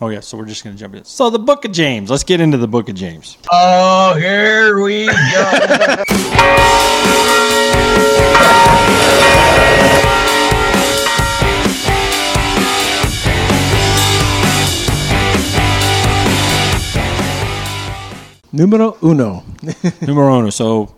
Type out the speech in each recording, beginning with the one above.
Oh yeah, so we're just gonna jump in. So the Book of James. Let's get into the Book of James. Oh, here we go. Numero uno. Numero uno. So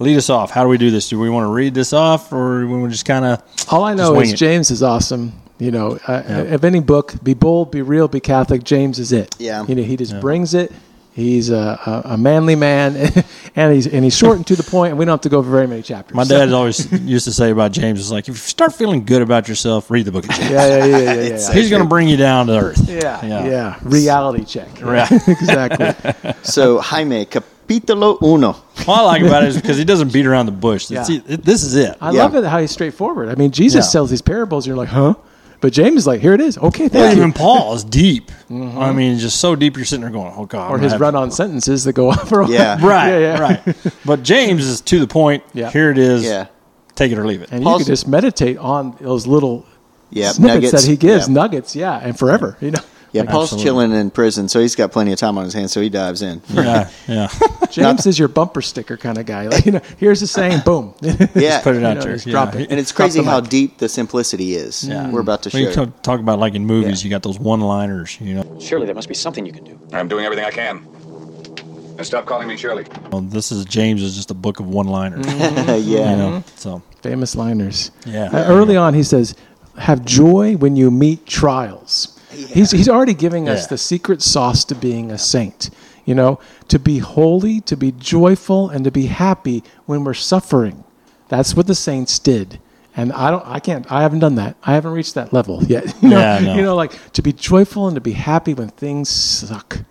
lead us off. How do we do this? Do we want to read this off, or we want to just kind of? All I Just know wing is it. James is awesome. You know, uh, if any book, be bold, be real, be Catholic, James is it. Yeah. You know, he just brings it. He's a, a, a manly man, and he's and he's short and to the point, and we don't have to go over very many chapters. My dad always used to say about James is like, if you start feeling good about yourself, read the Book of James. Yeah, yeah, yeah, yeah, yeah. It's yeah. a- He's gonna bring you down to earth. yeah, yeah. yeah. Reality check. Right. exactly. So Jaime, capítulo uno. What I like about it is because he doesn't beat around the bush. Yeah. It's- it- this is it. I Yeah. love it how he's straightforward. I mean, Jesus Yeah. tells these parables, and you're like, huh? But James is like, here it is. Okay, Well, thank you. even Paul is deep. I mean, just so deep. You're sitting there going, "Oh God!" Or I'm his having- run-on sentences that go on for a while. Yeah. Right, Yeah, yeah. right. But James is to the point. Yeah. Here it is. Yeah. Take it or leave it. And you Paul's- could just meditate on those little Yeah, snippets nuggets. that he gives, Yeah. nuggets, yeah, and forever. You know, Yeah, Paul's Absolutely. chilling in prison, so he's got plenty of time on his hands, so he dives in. yeah, yeah. James is your bumper sticker kind of guy. Like, you know, here's the saying, boom. Yeah. Put it out know, there. just drop it. And it's Drop crazy the how mic. deep the simplicity is. We're about to When you share. talk, talk about like in movies, you got those one-liners. You know, Surely there must be something you can do. I'm doing everything I can. And stop calling me Shirley. Well, this is James is just a book of one-liners. Mm-hmm. you yeah. know, so Famous liners. Yeah. Uh, early on, he says, "Have joy when you meet trials." He's he's already giving us Yeah. the secret sauce to being a saint. You know, to be holy, to be joyful, and to be happy when we're suffering. That's what the saints did. And I don't, I can't, I haven't done that. I haven't reached that level yet. You know, Yeah, I know. you know, like to be joyful and to be happy when things suck.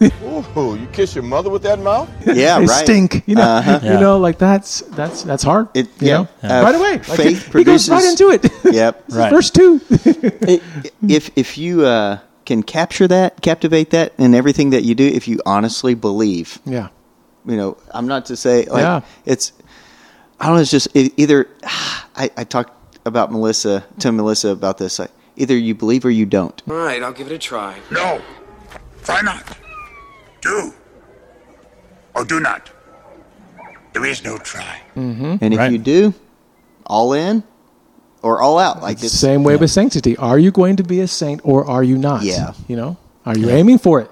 Oh, you kiss your mother with that mouth? Yeah, they right. Uh-huh. stink. You know, you Yeah. know, like that's that's that's hard. It- you yeah. know? Yeah. right away. Like, Faith he goes right produces- into it. Yep. Right. Verse two. I- if if you uh, can capture that, captivate that in everything that you do, if you honestly believe, yeah, you know, I'm not to say like Yeah. it's. I don't know. It's just it, either. I, I talked about Melissa to Melissa about this. Like either you believe or you don't. Mm-hmm. All right, I'll give it a try. No. Try not. Do. Or do not. There is no try. And if Right. you do, all in or all out. Like it's same way with sanctity. Are you going to be a saint or are you not? Yeah. you know, are you aiming for it?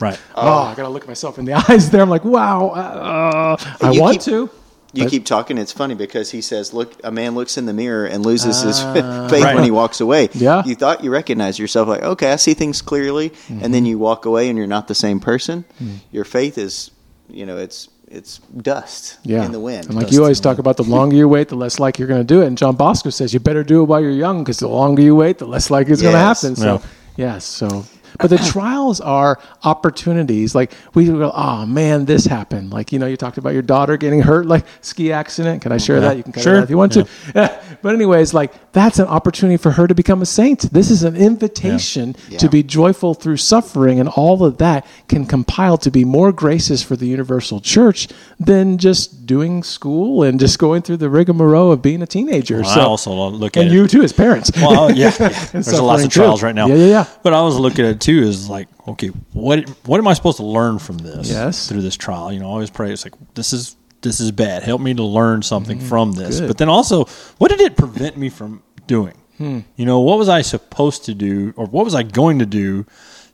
right. Oh, I gotta look myself in the eyes there. I'm like, wow, uh, I You want keep- to. You But- keep talking. It's funny because he says, "Look, a man looks in the mirror and loses his faith Right. when he walks away." Yeah. you thought you recognized yourself, like, "Okay, I see things clearly," and then you walk away and you're not the same person. Your faith is, you know, it's it's dust Yeah, in the wind. And like you always talk about, the longer you wait, the less likely you're going to do it. And John Bosco says you better do it while you're young because the longer you wait, the less likely it's going to Yes. happen. So yes, so but the trials are opportunities. Like we go, oh man, this happened. Like you know, you talked about your daughter getting hurt, like ski accident. Can I share that? You can cut Sure. it out if you want to. but anyways, like that's an opportunity for her to become a saint. This is an invitation to Yeah. be joyful through suffering, and all of that can compile to be more graces for the universal church than just doing school and just going through the rigmarole of being a teenager. Well, I so, also look at and it. you too, as parents. Well, yeah, yeah. there's a lot suffering of too. trials right now. Yeah, yeah, yeah. But I was looking at it too is like, okay, what what am I supposed to learn from this? Yes. through this trial, you know, I always pray. It's like this is this is bad. Help me to learn something Mm-hmm. from this. But then also, what did it prevent me from doing? Hmm. You know, what was I supposed to do, or what was I going to do?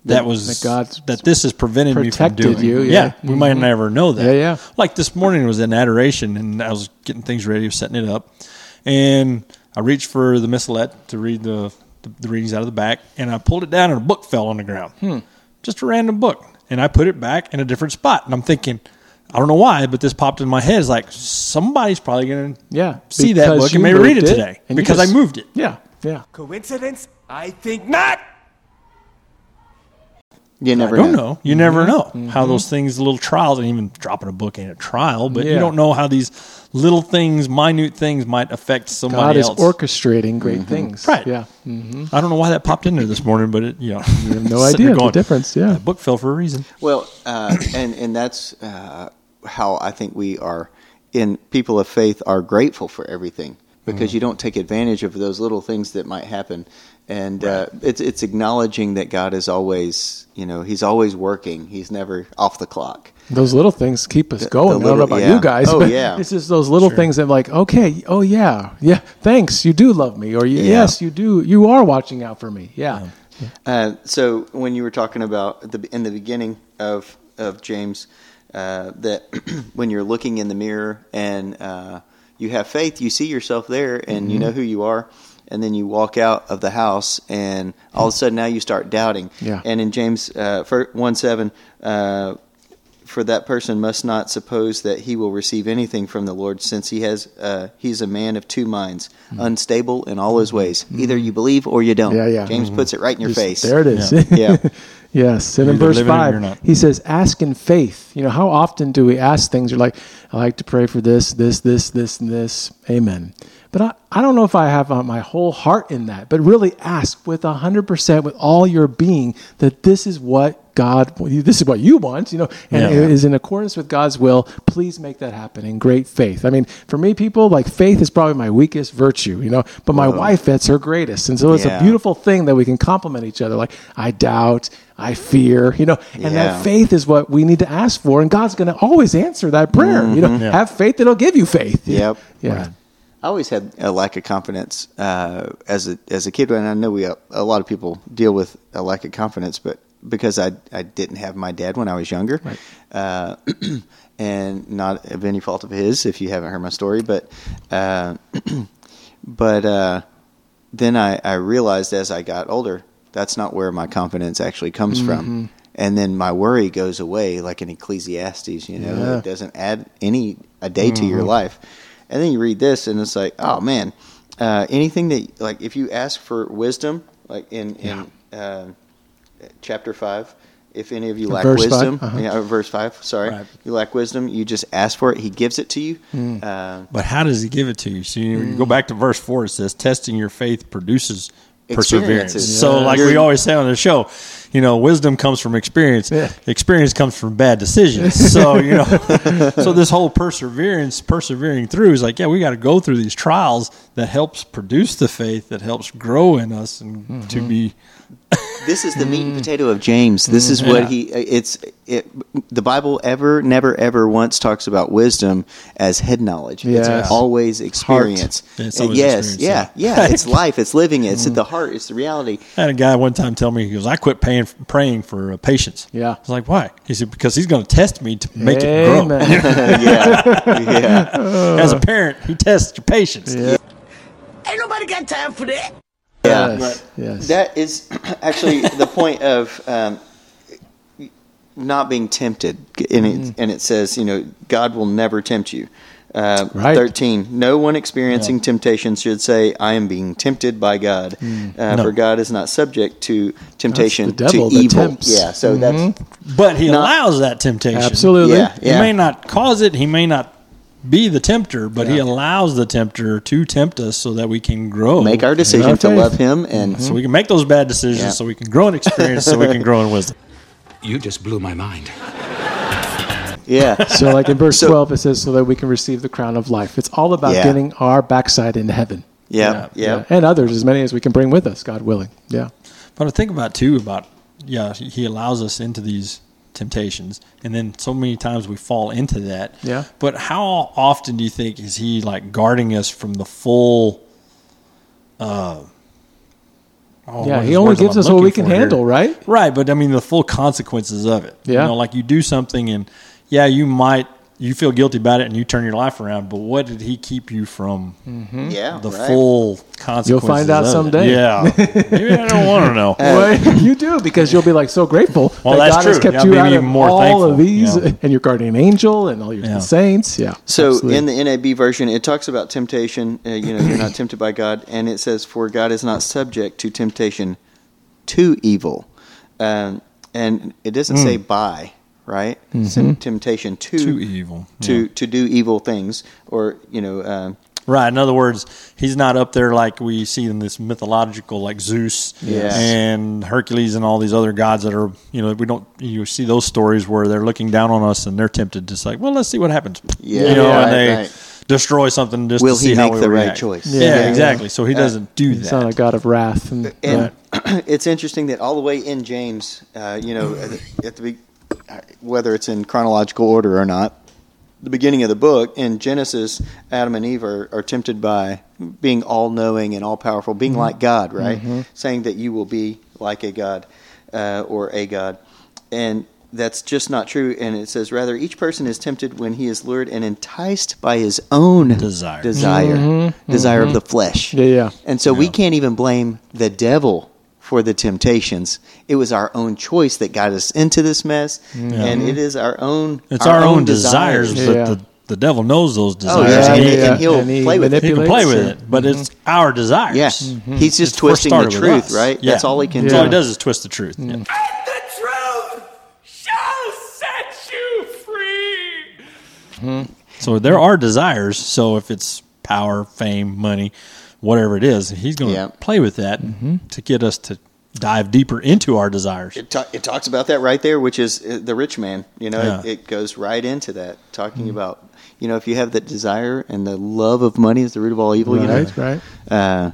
That, was that God that this is preventing me from protected doing. you, yeah. we might never know that. Mm-hmm. Yeah, yeah. Like this morning was in adoration, and I was getting things ready, setting it up, and I reached for the missalette to read the, the the readings out of the back, and I pulled it down, and a book fell on the ground, Hmm. just a random book, and I put it back in a different spot, and I'm thinking. I don't know why, but this popped in my head. It's like somebody's probably going to Yeah, see that because book you and maybe read it moved it, today and you because just- I moved it. yeah, yeah. Coincidence? I think not! you never I don't know. know. You Mm-hmm. never know how those things, little trials, and even dropping a book ain't a trial, but you Yeah. don't know how these little things, minute things, might affect God somebody is else. orchestrating great things. Right. Yeah. Mm. I don't know why that popped in there this morning, but it, you know, you have No idea the difference. Yeah. That book fell for a reason. Well, uh, and and that's uh, how I think we are in people of faith are grateful for everything because you don't take advantage of those little things that might happen. And uh, it's it's acknowledging that God is always, you know, He's always working. He's never off the clock. Those little things keep us going. I don't know little- about yeah. you guys, Oh, but yeah. it's just those little things that, like, okay, oh yeah, yeah, thanks, you do love me, or yes, you do, you are watching out for me. Yeah, Uh, so when you were talking about at the, in the beginning of of James, uh, that when you're looking in the mirror and uh, you have faith, you see yourself there, and Mm-hmm. you know who you are, and then you walk out of the house, and all of a sudden now you start doubting. Yeah. And in James uh, fir- one seven. Uh, for that person must not suppose that he will receive anything from the Lord, since he has uh, he's a man of two minds, unstable in all his ways. Either you believe or you don't. Mm-hmm. Yeah, yeah. James puts it right in your Just- face. There it is. Yeah. yes. And in Either verse living it or you're five, not. he says, "Ask in faith." You know, how often do we ask things? You're like, "I like to pray for this, this, this, this, and this." Amen. But I, I don't know if I have uh, my whole heart in that. But really, ask with hundred percent, with all your being, that this is what God, this is what you want. You know, and Yeah. it is in accordance with God's will. Please make that happen in great faith. I mean, for me, people like faith is probably my weakest virtue. You know, but my wife, that's her greatest, and so it's a Yeah. beautiful beautiful thing that we can compliment each other. Like, I doubt, I fear, you know, and Yeah. that faith is what we need to ask for. And God's going to always answer that prayer. You know, Yeah. have faith that He'll give you faith. Mm-hmm. Yep. Yeah. I always had a lack of confidence uh, as a as a kid, and I know we a lot of people deal with a lack of confidence, but because I I didn't have my dad when I was younger, uh, and not of any fault of his, if you haven't heard my story, but uh, but uh, then I, I realized as I got older, that's not where my confidence actually comes Mm-hmm. from. And then my worry goes away, like in Ecclesiastes, you know, Yeah. Mm-hmm. it doesn't add any a day to your life. And then you read this, and it's like, oh man, uh, anything that like if you ask for wisdom, like in in uh, chapter five. If any of you lack Verse five, wisdom, uh-huh. yeah, or verse five. Sorry, Right. you lack wisdom. You just ask for it; He gives it to you. Mm. Uh, But how does he give it to you? So you you go back to verse four. It says, "Testing your faith produces perseverance." Experiences. So, Yeah. like we You're- always say on the show, you know, wisdom comes from experience. Yeah. Experience comes from bad decisions. So you know, so this whole perseverance, persevering through is like, yeah, we got to go through these trials that helps produce the faith that helps grow in us and to be this is the meat and potato of James. This is what he. It's it. The Bible ever, never, ever once talks about wisdom as head knowledge. Yes. It's always experience. Uh, Yeah, it's always yes, experience, yeah, yeah. It's life. It's living. it. It's the heart. It's the reality. I had a guy one time tell me, he goes, I quit paying, praying for uh, patience. Yeah. I was like, why? He said, because he's going to test me to make it grow. Amen. yeah, yeah. As a parent, he tests your patience. Ain't nobody got time for that. yeah. yes. Yes. That is actually the point of um, not being tempted, and it, Mm. and it says, you know, God will never tempt you. Uh, Right. Thirteen. No one experiencing temptation should say, "I am being tempted by God," uh, No. for God is not subject to temptation Mm. That's the devil to that evil. tempts. Mm-hmm. Yeah. So that's But he Not- allows that temptation. Absolutely. yeah, He yeah. may not cause it. He may not be the tempter, but he Yeah. allows the tempter to tempt us so that we can grow. make our decision Our to faith. love Him and Mm-hmm. so we can make those bad decisions, Yeah. so we can grow in experience, so we can grow in wisdom. You just blew my mind. yeah. So, like in verse So- 12, it says, so that we can receive the crown of life. It's all about Yeah. getting our backside into heaven. Yeah, yeah, And others, as many as we can bring with us, God willing. Yeah. But I think about too about yeah, he allows us into these temptations, and then so many times we fall into that. Yeah. But how often do you think is he like guarding us from the full? Uh, oh, yeah. what He is- only words am gives I us what looking we can for here? handle, right? Right, but I mean the full consequences of it. Yeah. You know, like you do something and yeah, you might you feel guilty about it and you turn your life around, but what did he keep you from Mm-hmm. yeah. the right. full consequences? Hmm. out of it? someday. Yeah. Maybe I don't want to know. Well, you do because you'll be like so grateful Well, that that's God has true. kept Yeah, you maybe out of even more all of thankful, these yeah. and your guardian angel and all your Yeah. saints. Yeah. So absolutely. in the NAB version, it talks about temptation. Uh, you know, you're not tempted by God, and it says, "For God is not subject to temptation to evil," um, and it doesn't say by, right? It's temptation to Too evil. to to do evil things, or you know, um, Right. In other words, he's not up there like we see in this mythological, like Zeus Yes. and Hercules and all these other gods that are, you know, we don't, you see those stories where they're looking down on us and they're tempted, just like, well, let's see what happens. Yeah, You know, yeah, and right, they right. destroy something just Will to see he how make we the right react. choice? Yeah, Yeah. exactly. So he doesn't do He's not a that. god of wrath. And, uh, And but- it's interesting that all the way in James, uh, you know, at the, at the be- uh, whether it's in chronological order or not, the beginning of the book in Genesis, Adam and Eve are, are tempted by being all knowing and all powerful, Mm-hmm. being like God, right? Saying that you will be like a God uh, or a God. And that's just not true. And it says, rather, each person is tempted when he is lured and enticed by his own Desire. desire, desire of the flesh. Mm-hmm. Yeah, yeah. And so we can't even blame the devil for the temptations. It was our own choice that got us into this mess, and it is our own. It's our, own desires, Yeah. but the, the devil knows those Oh desires. yeah, Yeah, and, and yeah, he, yeah. and he'll And he play with it. Mm-hmm. he can manipulates play with it. it, but it's our desires. Yeah, Mm-hmm. he's just Mm-hmm. It's first twisting the started with truth, us. right? Yeah. That's all he can That's all do. he does is twist the truth. Yeah. The truth shall set you free. So there are desires. So if it's power, fame, money, whatever it is, he's going to Yeah. play with that Mm-hmm. to get us to dive deeper into our desires. It, ta- it talks about that right there, which is uh, the rich man. You know, it, Yeah. Mm-hmm. it goes right into that, talking about you know if you have that desire and the love of money is the root of all evil. You know, right, right. uh,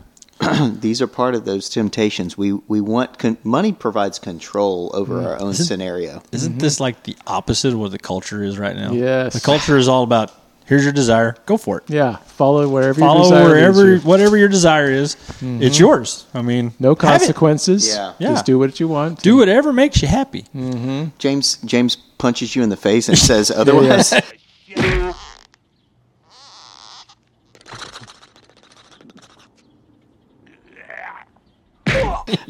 these are part of those temptations. We we want con- money provides control over Mm. our own scenario. Isn't this like the opposite of what the culture is right now? Mm-hmm. Yes. The culture is all about here's your desire, go for it. Yeah, follow wherever your Follow desire wherever leads you. Mm-hmm. whatever your desire is, it's yours. I mean, No have it. consequences. Yeah. Yeah. Just do what you want. Do whatever makes you happy. James James punches you in the face and says otherwise.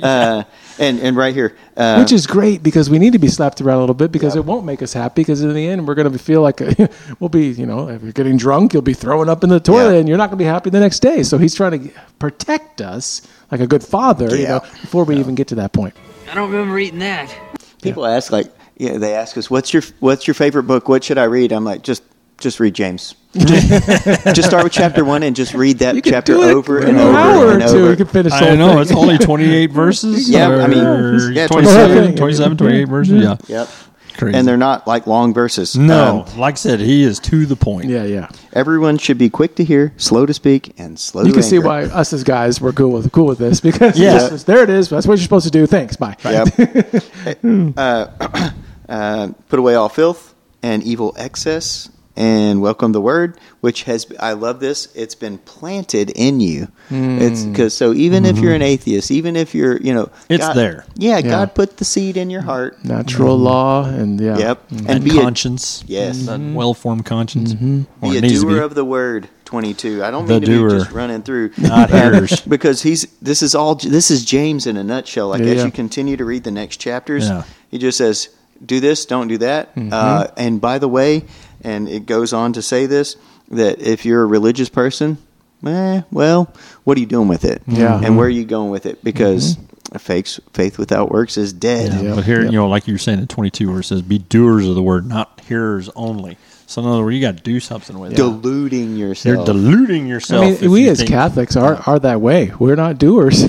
Uh, and and right here, uh, Which is great because we need to be slapped around a little bit because it won't make us happy because in the end we're going to feel like we'll be, you know, if you're getting drunk, you'll be throwing up in the toilet Yeah. and you're not going to be happy the next day. So he's trying to protect us like a good father, you Yeah. know, before we even get to that point. I don't remember eating that. people ask like, yeah, they ask us, "What's your what's your favorite book? What should I read?" I'm like, just just read James. just start with chapter one and just read that could chapter do it over in and an over hour and or two. over. You can finish. the I whole know thing. it's only 28 verses. Yeah, I mean, or yeah, 27, 27, 27, 28 verses. Yeah. Yep. Crazy. And they're not like long verses. no, Um, like I said, he is to the point. Yeah, yeah. everyone should be quick to hear, slow to speak, and slow You to can see anger. why us as guys were cool with cool with this because Yeah. yeah. there it is. That's what you're supposed to do. Thanks. Bye. Yep. uh, uh, put away all filth and evil excess, and welcome the word, which has I love this. It's been planted in you. Hmm. It's because so even if you're an atheist, even if you're you know Mm-hmm. It's there. Yeah, God put the seed in your heart. Natural law and yeah. Yep, Mm-hmm. And, be a, conscience. Yes. That Mm-hmm. well formed conscience. Or be a it needs to doer be. of the word. Twenty-two. I don't The mean to be doer. just running through, Not uh, hearers. because he's this is all this is James in a nutshell. Like Yeah, as yeah. you continue to read the next chapters, Yeah. he just says, "Do this, don't do that." Mm-hmm. Uh, and by the way, and it goes on to say this that if you're a religious person, eh, well, what are you doing with it? Yeah. Mm-hmm. and where are you going with it? Because faith faith without works is dead. Yeah, Yeah. But here, Yeah. you know, like you were saying at 22, where it says, be doers of the word, not hearers only. So, in other words, you got to do something with it. Deluding yourself. You're deluding yourself. I mean, if we you as think- Catholics are, are that way. We're not doers.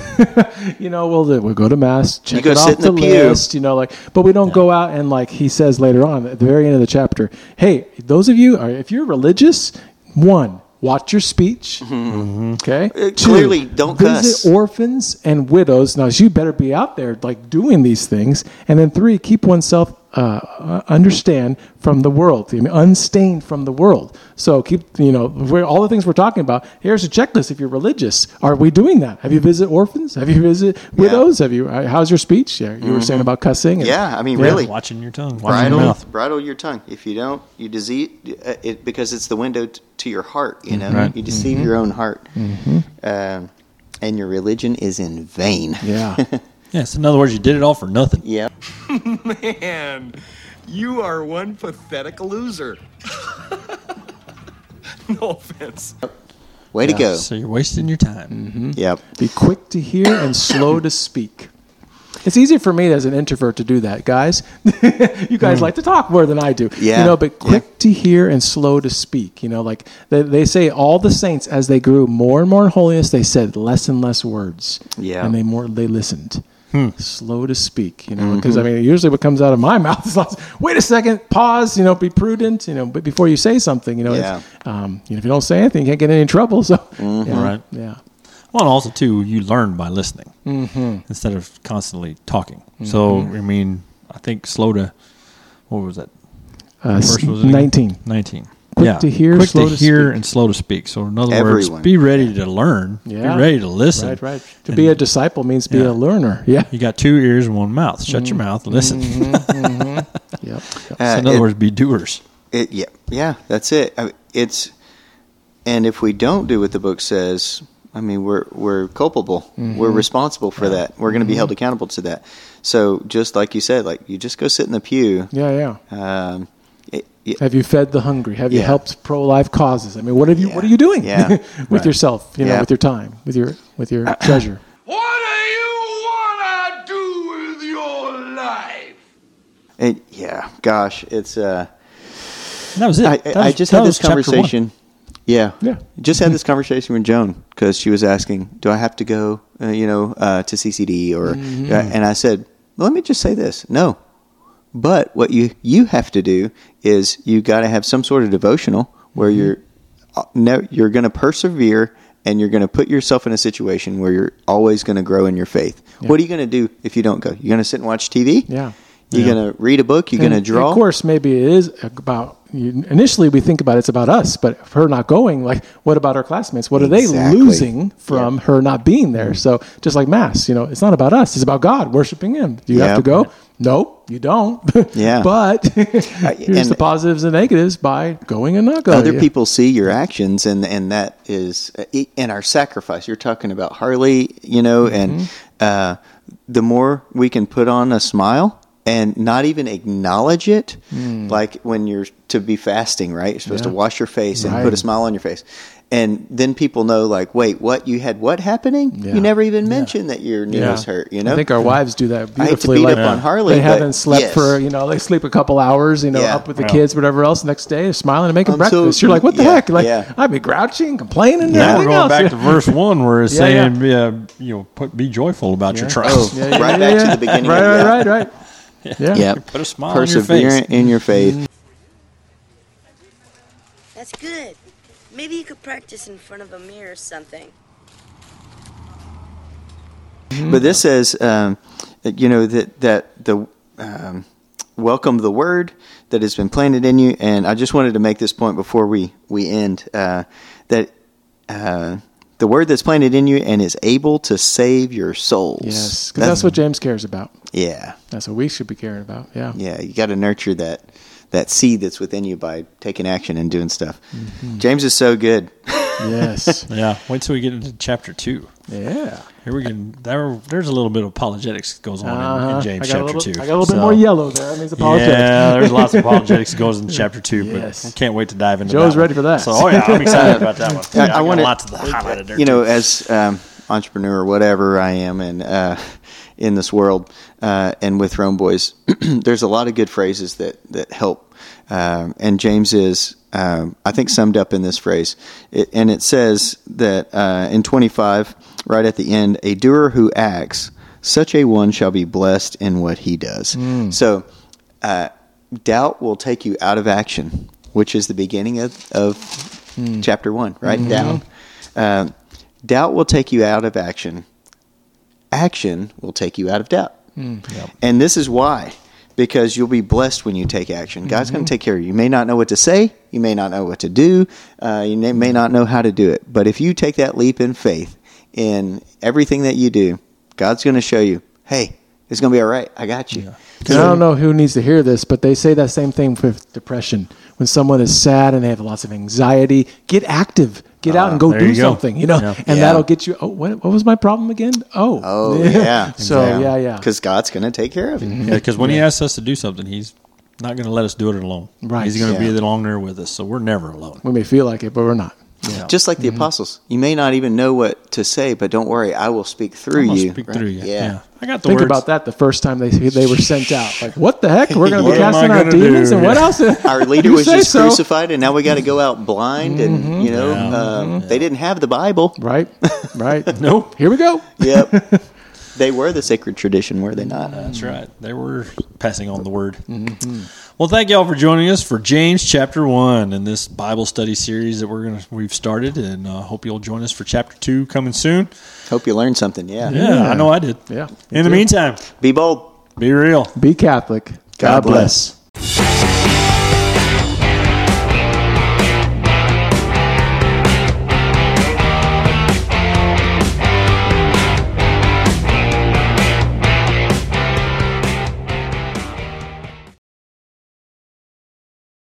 you know, we'll do- we'll go to mass, check go it sit off in the, the pew. list. You know, like, but we don't go out and like he says later on at the very end of the chapter. Hey, those of you, are, if you're religious, one, watch your speech. Okay, Uh, clearly, don't cuss. visit orphans and widows. Now, you better be out there like doing these things. And then three, keep oneself uh, uh, understand from the world, I mean, unstained from the world. So keep you know we're, all the things we're talking about. Here's a checklist. If you're religious, are we doing that? Have you visit orphans? Have you visit widows? Have you? uh, How's your speech? Yeah, you were saying about cussing. and- Yeah, I mean, Yeah. really. Watching your tongue, watching bridle, your mouth. bridle your tongue. If you don't, you deceive uh, it because it's the window t- to your heart. You know, Mm-hmm. Right. Mm-hmm. you deceive your own heart, Um, and your religion is in vain. yeah. Yes, in other words, you did it all for nothing. Yeah, Man, you are one pathetic loser. no offense. way to go. So, you're wasting your time. Yep. Be quick to hear and slow to speak. It's easier for me as an introvert to do that, guys. you guys like to talk more than I do. Hmm. Yeah. You know, but Yeah. quick to hear and slow to speak. You know, like they, they say all the saints as they grew more and more in holiness, they said less and less words. Yeah. Hmm. And they more they listened. slow to speak, you know, because Mm-hmm. I mean, usually what comes out of my mouth is lots. Wait a second, pause, you know, be prudent, you know, but before you say something, you know, it's, um, you know, if you don't say anything, you can't get in any trouble. So, Mm-hmm. yeah, Right. yeah, Well, and also too, you learn by listening Mm-hmm. instead of constantly talking. So, I mean, I think slow to what was that? uh, First was it? nineteen. Nineteen. Quick to hear, quick slow to to hear, speak. and slow to speak. So, in other Everyone. words, be ready to learn. Yeah. Be ready to listen. Right, right. To be a disciple means be Yeah. a learner. Yeah. You got two ears and one mouth. Shut Mm-hmm. your mouth. Listen. Yep. yep. so Uh, in other it- words, be doers. It, yeah, yeah, that's it. I, it's and if we don't do what the book says, I mean, we're we're culpable. Mm-hmm. We're responsible for that. We're going to be held accountable to that. So just like you said, like you just go sit in the pew. Yeah, yeah. Um, it, it- Have you fed the hungry? Have you Yeah. helped pro-life causes? I mean, what have you? Yeah. What are you doing Yeah. with Right. yourself? You know, Yeah. with your time, with your with your treasure. What do you wanna do with your life? it- yeah, gosh, it's. Uh, And that was it. I, That I was- just that had was this chapter one. conversation. Yeah, Yeah. Just had this conversation with Joan because she was asking, "Do I have to go, uh, you know, uh, to CCD?" Or Mm-hmm. and I said, "Let me just say this: no. But what you you have to do is you got to have some sort of devotional where Mm-hmm. you're uh, no, you're going to persevere." And you're going to put yourself in a situation where you're always going to grow in your faith. What are you going to do if you don't go? You're going to sit and watch TV. Yeah. You're going to read a book. You're going to And draw. Of course, maybe it is about. You, initially, we think about it's about us, but her not going, like, what about her classmates? What are Exactly. Mm-hmm. they losing from her not being there? So, just like mass, you know, it's not about us; it's about God, worshiping Him. Do you have Yeah. to go? No, you don't. Yeah. but here's and- the positives and negatives by going and not going. other Oh, Yeah. people see your actions and and that is uh, e, and our sacrifice you're talking about harley you know Mm-hmm. and uh, the more we can put on a smile and not even acknowledge it like when you're to be fasting right you're supposed to Hmm. Yeah. wash your face and Right. put a smile on your face and then people know like wait what you had what happening Yeah. you never even mentioned that your knee was hurt you know I think our wives do that I hate to beautifully. beat like uh, up on Harley, they but haven't slept yes. for you know they sleep a couple hours, you know, Yeah. up with the kids, whatever else. Next day, they're smiling and making I'm so- breakfast. You're like, what the yeah, heck? Like yeah. I'd be grouching, complaining, and Now we're everything going else. back to verse one where it's Yeah, saying, uh, you know, put, be joyful about your trials. Yeah, yeah, Oh, right yeah, back yeah. to the beginning Right, of right, that. right, right. Yeah. Yep. Put a smile on your persevere face. in your faith That's good. Maybe you could practice in front of a mirror or something. Mm-hmm. But this says, um, that, you know, that that the um, welcome the word that has been planted in you. And I just wanted to make this point before we we end uh, that uh, the word that's planted in you and is able to save your souls. Yes, because that's what James cares about. Yeah, That's what we should be caring about. Yeah. yeah. You got to nurture that that seed that's within you by taking action and doing stuff. Mm-hmm. James is so good. Yes. Yeah. Wait till we get into chapter two. yeah. Here we can. There, there's a little bit of apologetics that goes on in- in, Uh-huh. James I got a chapter little, two. I got a little bit So- more yellow there. That means apologetic. Yeah, there's lots of apologetics that goes in chapter two, but Yes. I can't wait to dive into. Joe's that one. ready for that. So, oh yeah, I'm excited about that one. Yeah, I, want wanna- lots of the highlighted there. you know, as um, entrepreneur, or whatever I am, and uh, in this world, uh, and with Rome Boys, there's a lot of good phrases that that help. Um, and James is, um, I think, summed up in this phrase, it, and it says that uh, in 25, right at the end, a doer who acts, such a one shall be blessed in what he does. So, uh, doubt will take you out of action, which is the beginning of, of chapter one, right? Down. Uh, doubt will take you out of action. Action will take you out of doubt. Hmm. And this is why, because you'll be blessed when you take action. God's Mm-hmm. going to take care of you. You may not know what to say, you may not know what to do, uh, you may- may not know how to do it. But if you take that leap in faith in everything that you do, God's going to show you, hey, it's going to be all right. I got you. And I don't know who needs to hear this, but they say that same thing with depression. When someone is sad and they have lots of anxiety, get active, get out and go Ah, there do you go. something, you know, Yeah. and Yeah. that'll get you. Oh, what, what was my problem again? Oh, Oh, yeah. so yeah, yeah, Because God's going to take care of you. because when he asks us to do something, he's not going to let us do it alone. Right. He's going to Yeah. be along there with us, so we're never alone. we may feel like it, but we're not. Yeah. Just like the Mm-hmm. apostles, you may not even know what to say, but don't worry, I will speak through I'll you. speak right? through you. Yeah. I got the Think words. about that the first time they they were sent out. Like, what the heck? We're going to What be am I casting out gonna do? demons and what else? Our leader You was say just so. Mm-hmm. crucified, and now we got to go out blind, and you know uh, um, they didn't have the Bible. Right, right. Nope. Here we go. Yep. They were the sacred tradition, were they not? That's Mm-hmm. right. They were passing on the word. Well, thank y'all for joining us for James chapter one in this Bible study series that we're gonna we've started, and uh, hope you'll join us for chapter two coming soon. Hope you learned something. Yeah. Yeah, I know I did. Yeah. In the meantime, Be bold. be real. Be Catholic. God bless. bless.